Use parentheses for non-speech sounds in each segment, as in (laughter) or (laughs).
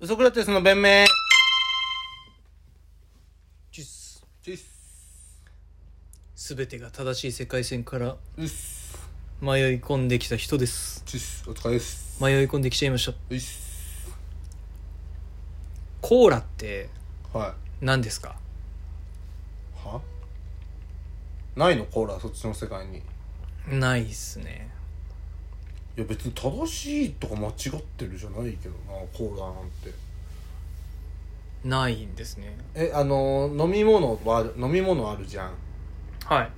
ウソクラテスの弁明チュスチュッすべてが正しい世界線からうっす迷い込んできた人ですチュッお疲れっす迷い込んできちゃいましたうっすコーラっては何ですかいはないのコーラそっちの世界にいないっすねや別に正しいとか間違ってるじゃないけどなコーラなんてないんですねえあのー飲み物はある飲み物あるじゃんはい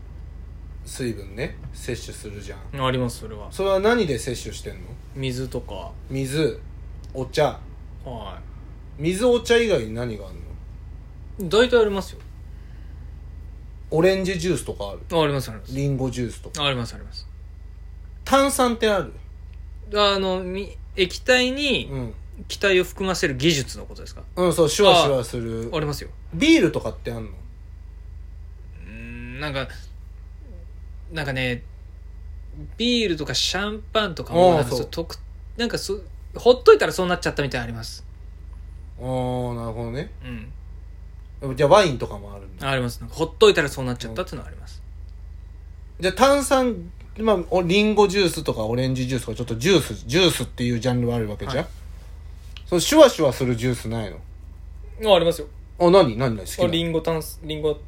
水分ね摂取するじゃんありますそれはそれは何で摂取してんの水とか水お茶は水お茶以外に何があるのい大体ありますよオレンジジュースとかあるあありますありますリンゴジュースとかありますあります炭酸ってあるあのみ液体にうん気体を含ませる技術のことですかうんそうシュワシュワするありますよビールとかってあんのうーんなんかなんかねビールとかシャンパンとかあーもなんかそうそう特なんかそうほっといたらそうなっちゃったみたいなのありますああなるほどねうんじゃあワインとかもあるんだありますなんかほっといたらそうなっちゃったっていうのはあります、じゃあ炭酸まあおリンゴジュースとかオレンジジュースとかちょっとジュースジュースっていうジャンルはあるわけじゃん、はそのシュワシュワするジュースないのあありますよあ何何何好きなのンゴ炭酸リンゴ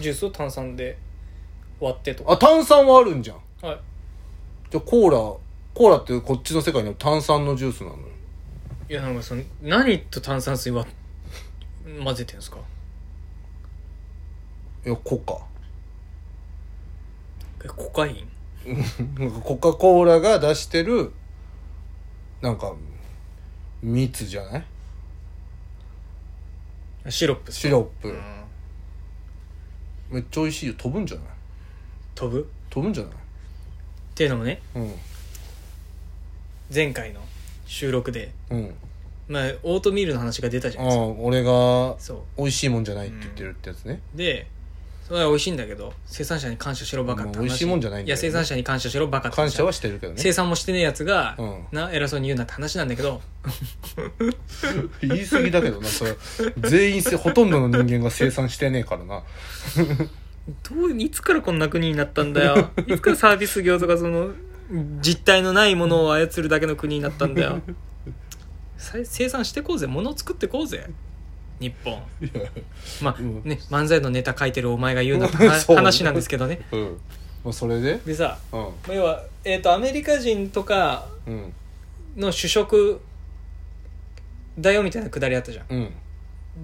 ジュースを炭酸で割ってとあ炭酸はあるんじゃんはいじゃあコーラコーラってこっちの世界には炭酸のジュースなのよいやなんかその何と炭酸水は混ぜてるんですかいやコカえコカインなんかコカ・コーラが出してるなんか蜜じゃないあシロップっすシロッうプんめっちゃ美味しいよ飛ぶんじゃない飛ぶ飛ぶんじゃないっていうのもねうん前回の収録でうんまあオートミールの話が出たじゃあないですあか俺がそ美味しいもんじゃないって言ってるってやつね、うでそれは美味しいんだけど生産者に感謝しろバカってまあ美味しいもんじゃないんいだよやね生産者に感謝しろバカって感謝はししてるけど生ね産もしてねえやつが、うんな偉そうに言うなって話なんだけど言い過ぎだけどなそれ全員 (laughs) せほとんどの人間が生産してねえからなどういつからこんな国になったんだ (laughs) よいつからサービス業とかその実体のないものを操るだけの国になったんだよさ生産してこうぜ物を作ってこうぜ日本まあ、うんね漫才のネタ書いてるお前が言うなってうんそう話なんですけどねうん、まあ、それででさうんまあ要は、えー、とアメリカ人とかうんの主食だよみたいなくだりあったじゃんうん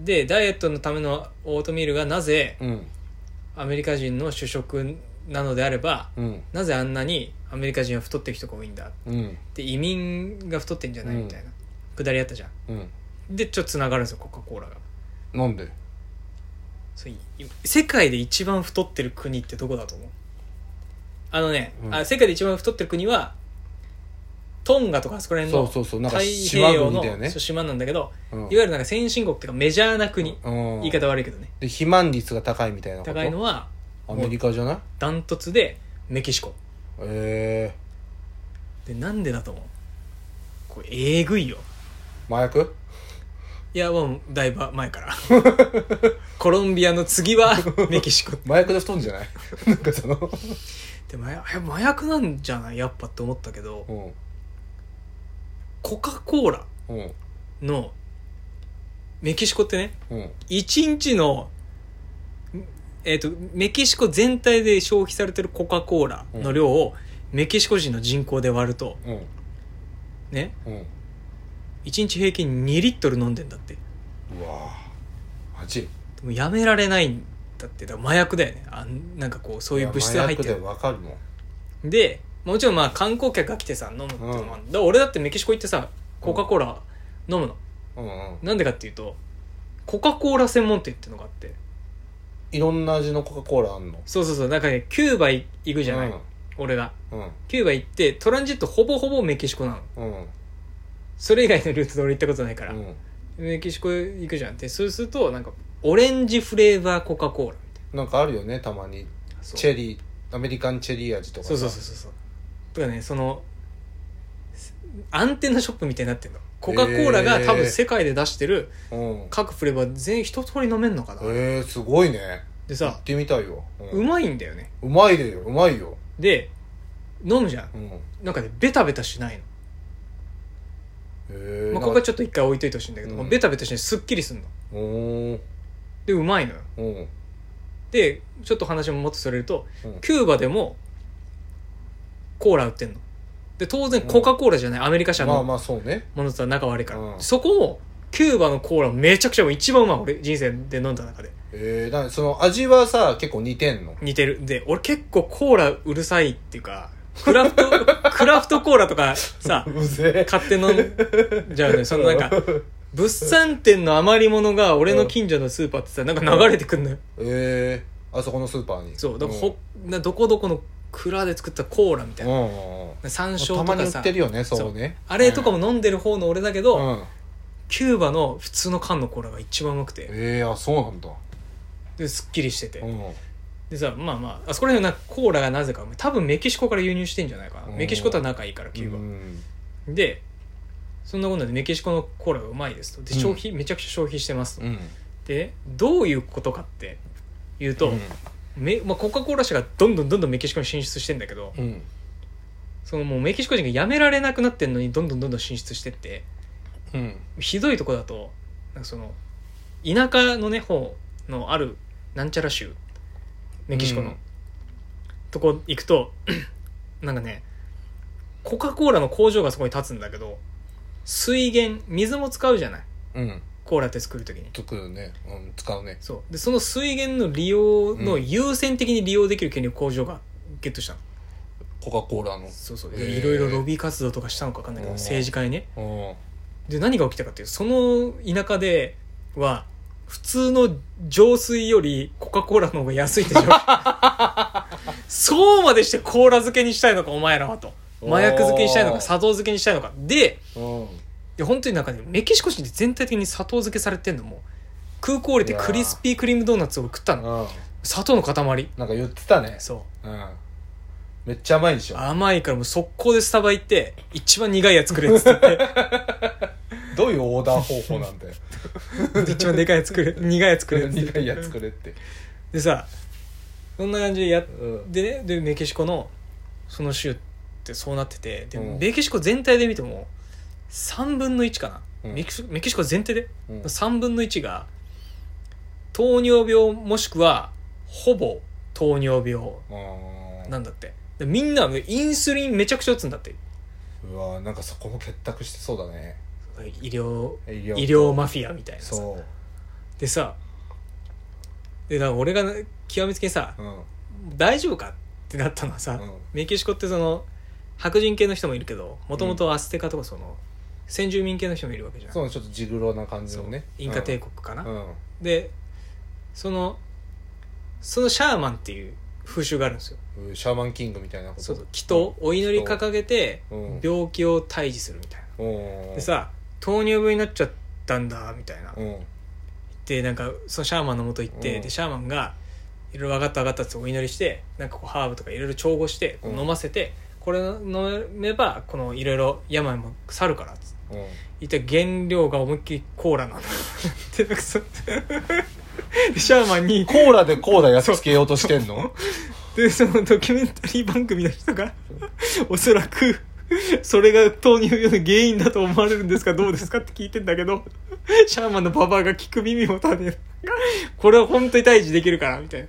でダイエットのためのオートミールがなぜうんアメリカ人の主食なのであればうんなぜあんなにアメリカ人は太ってる人が多いんだうんで移民が太ってんじゃないみたいなくだりあったじゃんうんでちょっとつながるんですよコカ・コーラがなんでそうい世界で一番太ってる国ってどこだと思うあのね、うんあ世界で一番太ってる国はトンガとかあそこら辺そのうそうそうなんか太島平洋国のだよねそう島なんだけど、うんいわゆるなんか先進国っていうかメジャーな国、うん言い方悪いけどねで肥満率が高いみたいなこと高いのはアメリカじゃないダントツでメキシコえでなんでだと思うこれえぐいよえ麻薬いやもうだいぶ前から (laughs) コロンビアの次はメキシコ麻薬で太んじゃない (laughs) なんかそので麻薬麻薬なんじゃないやっぱって思ったけどうんコカ・コーラうんのメキシコってねうん1日の、えっとメキシコ全体で消費されてるコカ・コーラの量をメキシコ人の人口で割るとうんねうん1日平均2リットル飲んでんだってでうわぁマジもやめられないんだってだから麻薬だよねあんなんかこうそういう物質が入っていや麻薬るでわかるもんでもちろんまあ観光客が来てさ飲むってのもあるだから俺だってメキシコ行ってさコカ・コーラ飲むのうんうんなんでかっていうとコカ・コーラ専門店っていうのがあっていろんな味のコカ・コーラあんのそうそうそうだからねキューバ行くじゃない、うん俺がうんキューバ行ってトランジットほぼほぼメキシコなのうんそれ以外のルートで俺行ったことないから、うんメキシコ行くじゃんってそうするとなんかオレンジフレーバーコカ・コーラみたいなんかあるよねたまになそうチェリーアメリカンチェリー味とかさそうそうそうそうそうとかねそのアンテナショップみたいになってんのコカ・コーラが多分世界で出してるうん各フレーバー全員一通り飲めんのかな、えー、すごいねで行さってみたいよ、ううまいんだよねうまいでようまいよ、で飲むじゃんうん、へなんかねベタベタしないの、えまあ、ここはちょっと一回置いといてほしいんだけど、うんベタベタしないすっきりすんのおーでうまいのようんでちょっと話ももっとそれると、うんキューバでもコーラ売ってんので当然コカ・コーラじゃない、アメリカ社まあのまあそうねものとは仲悪いから、うんそこもキューバのコーラめちゃくちゃうまい一番うまい俺人生で飲んだ中でえー、だからその味はさ結構似てんの似てるで俺結構コーラうるさいっていうかクラフ (laughs) トクラフトコーラとかさうぜ買って飲んじゃうのよそのなん (laughs) か物産展の余り物が俺の近所のスーパーってさなんか流れてくんのよえー、あそこのスーパーにそうだからほほ、などこどこの蔵で作ったコーラみたういんなうんうん山椒たとまにか売さってるよねそうねあれとかも飲んでる方の俺だけど、うん、うん、キューバの普通の缶のコーラが一番うまくてえー、あそうなんだですっきりしてて、うんでさまあまああそこら辺はなんかコーラがなぜか多分メキシコから輸入してんじゃないかな、うんメキシコとは仲いいからキューバ、うんでそんなことでメキシコのコーラがうまいですとでうん消費、めちゃくちゃ消費してますと、うんでどういうことかっていうと、うんめまあ、コカ・コーラ社がどんどんどんどんメキシコに進出してんだけど、うんそのもうメキシコ人がやめられなくなってんのにどんどんどんどん進出してってうんひどいとこだとなんかその田舎のね方のあるなんちゃら州メキシコの、うんとこ行くと (clears throat) なんかねコカ・コーラの工場がそこに立つんだけど水源水も使うじゃないうんコーラって作る時に作るね、うん、使うねそうでその水源の利用の優先的に利用できる権利を工場がゲットしたの、コカ・コーラのそうそうへーでいろいろロビー活動とかしたのか分かんないけどうん政治家にねうんで何が起きたかっていうその田舎では普通の浄水よりコカ・コーラの方が安いって (laughs) 状況そうまでしてコーラ漬けにしたいのかお前らはと麻薬漬けにしたいのおかー砂糖漬けにしたいのかでうんで本当になんかねメキシコ人って全体的に砂糖漬けされてんのもう空港降りてクリスピークリームドーナツを食ったのうん砂糖の塊なんか言ってたねそううんめっちゃ甘いでしょ甘いからもう速攻でスタバ行って一番苦いやつくれっつって (laughs) どういうオーダー方法なんだよ言って一番でかいやつくれ苦いやつ (laughs) くれっつって苦いやつくれってでさそんな感じでやっうんでねでメキシコのその州ってそうなっててでうんメキシコ全体で見ても3分の1かな、うんメキシメキシコ全体でうん3分の1が糖尿病もしくはほぼ糖尿病うんなんだってでみんなインスリンめちゃくちゃ打つんだってうわなんかそこも結託してそうだね医療医医療療マフィアみたいなさそでさでだから俺が極めつけにさううん大丈夫かってなったのはさ、うんメキシコってその白人系の人もいるけどもともとアステカとかその先住民系の人もいるわけじゃんそうちょっとジグロな感じのねインカ帝国かな、国うんでそのそのシャーマンっていう風習があるんですようんシャーマンキングみたいなことそうそう祈祷お祈り掲げてうん病気を退治するみたいなうんでさ糖尿病になっちゃったんだみたいなうんでなんかそのシャーマンのもと行って、うんでシャーマンがいろいろ分かった分かったってお祈りしてなんかこうハーブとかいろいろ調合してうん飲ませて、これ飲めばこのいろいろ病も去るからっつってうん一体原料が思いっきりコーラなんだ (laughs) でなんかそう (laughs) でシャーマンにコーラでコーラやっつけようとしてんのでそのドキュメンタリー番組の人がおそらくそれが糖尿病の原因だと思われるんですかどうですかって聞いてんだけどシャーマンのババアが聞く耳を立てるこれは本当に退治できるからみたいな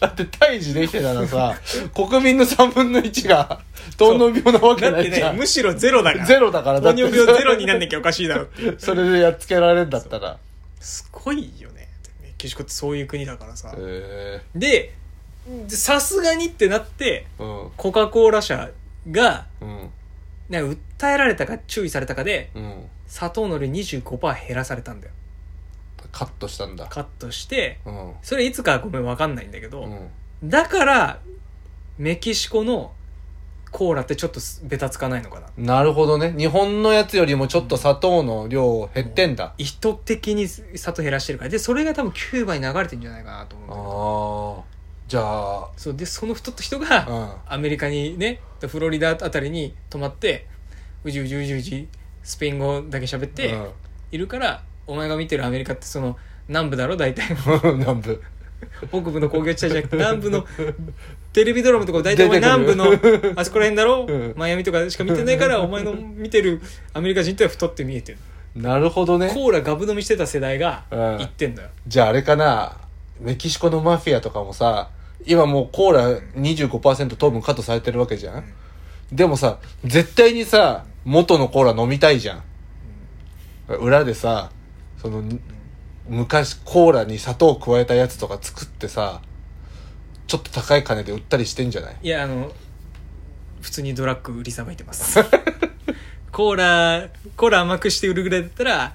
(laughs) だって退治できてたら (laughs) さ国民の3分の1が糖尿病なわけだなっていじゃねん、むしろゼロだから。ゼロだからだ糖って尿病ゼロになんなきゃおかしいだろっていう。 (laughs) それでやっつけられるんだったらすごいよね。メキシコってそういう国だからさ。へで、さすがにってなって、えうんコカ・コーラ社が、うんなんか訴えられたか注意されたかで、うん砂糖の量25%減らされたんだよ。カットしたんだカットして、うんそれいつかごめんわかんないんだけうど、んだから、メキシコのコーラってちょっとベタつかないのかな。なるほどね日本のやつよりもちょっと砂糖の量減ってんだ、意図的に砂糖減らしてるからでそれが多分キューバに流れてんじゃないかなと思うんだけどああじゃあそうでその太った人うがんアメリカにねフロリダあたりに泊まってうじうじうじうじスペイン語だけ喋ってうんいるから、お前が見てるアメリカってその南部だろ大体 (laughs) 南部北部の工業地帯じゃなくて南部のテレビドラマとか大体お前出て南く部るの (laughs) あそこら辺だろ、うんマイアミとかしか見てないからお前の見てるアメリカ人ってのは太って見えてるなるほどねコーラガブ飲みしてた世代がうん行ってんだよ、じゃああれかなメキシコのマフィアとかもさ今もうコーラ25%糖分カットされてるわけじゃんでもさ絶対にさ元のコーラ飲みたいじゃん裏でさその昔コーラに砂糖を加えたやつとか作ってさちょっと高い金で売ったりしてんじゃないいやあの普通にドラッグ売りさばいてます (laughs) コーラコーラ甘くして売るぐらいだったら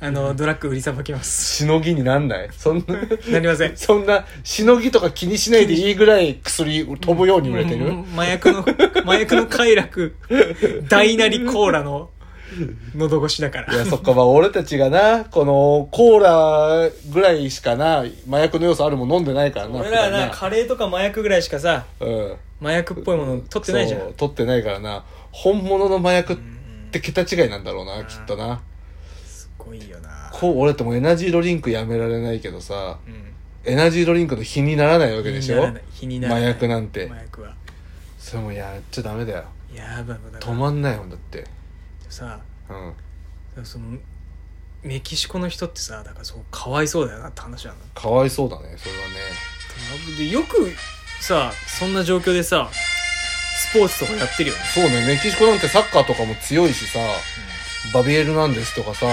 あのドラッグ売りさばきますしのぎになんないそんななりませんそんなしのぎとか気にしないでいいぐらい薬飛ぶように売れてる、うん麻薬の麻薬の快楽大なりコーラの喉越しだかいや、らそっか、まあ、俺たちがな、この、コーラぐらいしかな、麻薬の要素あるもん飲んでないからな。俺らは普段なカレーとか麻薬ぐらいしかさなうん。麻薬っぽいもの取ってないじゃんそう取ってないからな。本物の麻薬って桁違いなんだろうな、きっとな。すごいよなこう、俺ってもうエナジードリンクやめられないけどさ、うんエナジードリンクの日にならないわけでし日になょらない日にならない麻薬なんて麻薬はそれもうやっちゃダメだよ。やばいもうだか止らまんないもんだって。さうん。そのメキシコの人ってさだからそうかわいそうだよなって話なんだかわいそうだね、それはね。でよくさそんな状況でさスポーツとかやってるよね、そうね、メキシコなんてサッカーとかも強いしさ、バビエルなんですとかさ、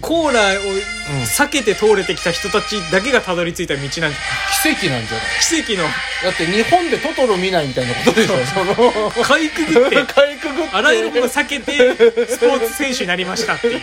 コーラを避けて通れてきた人たちだけがたどり着いた道なんじゃない奇跡なんじゃない奇跡の (laughs) だって日本でトトロ見ないみたいなことでしょそのかい (laughs) くぐってかいくぐってあらゆるものを避けてスポーツ選手になりましたっていう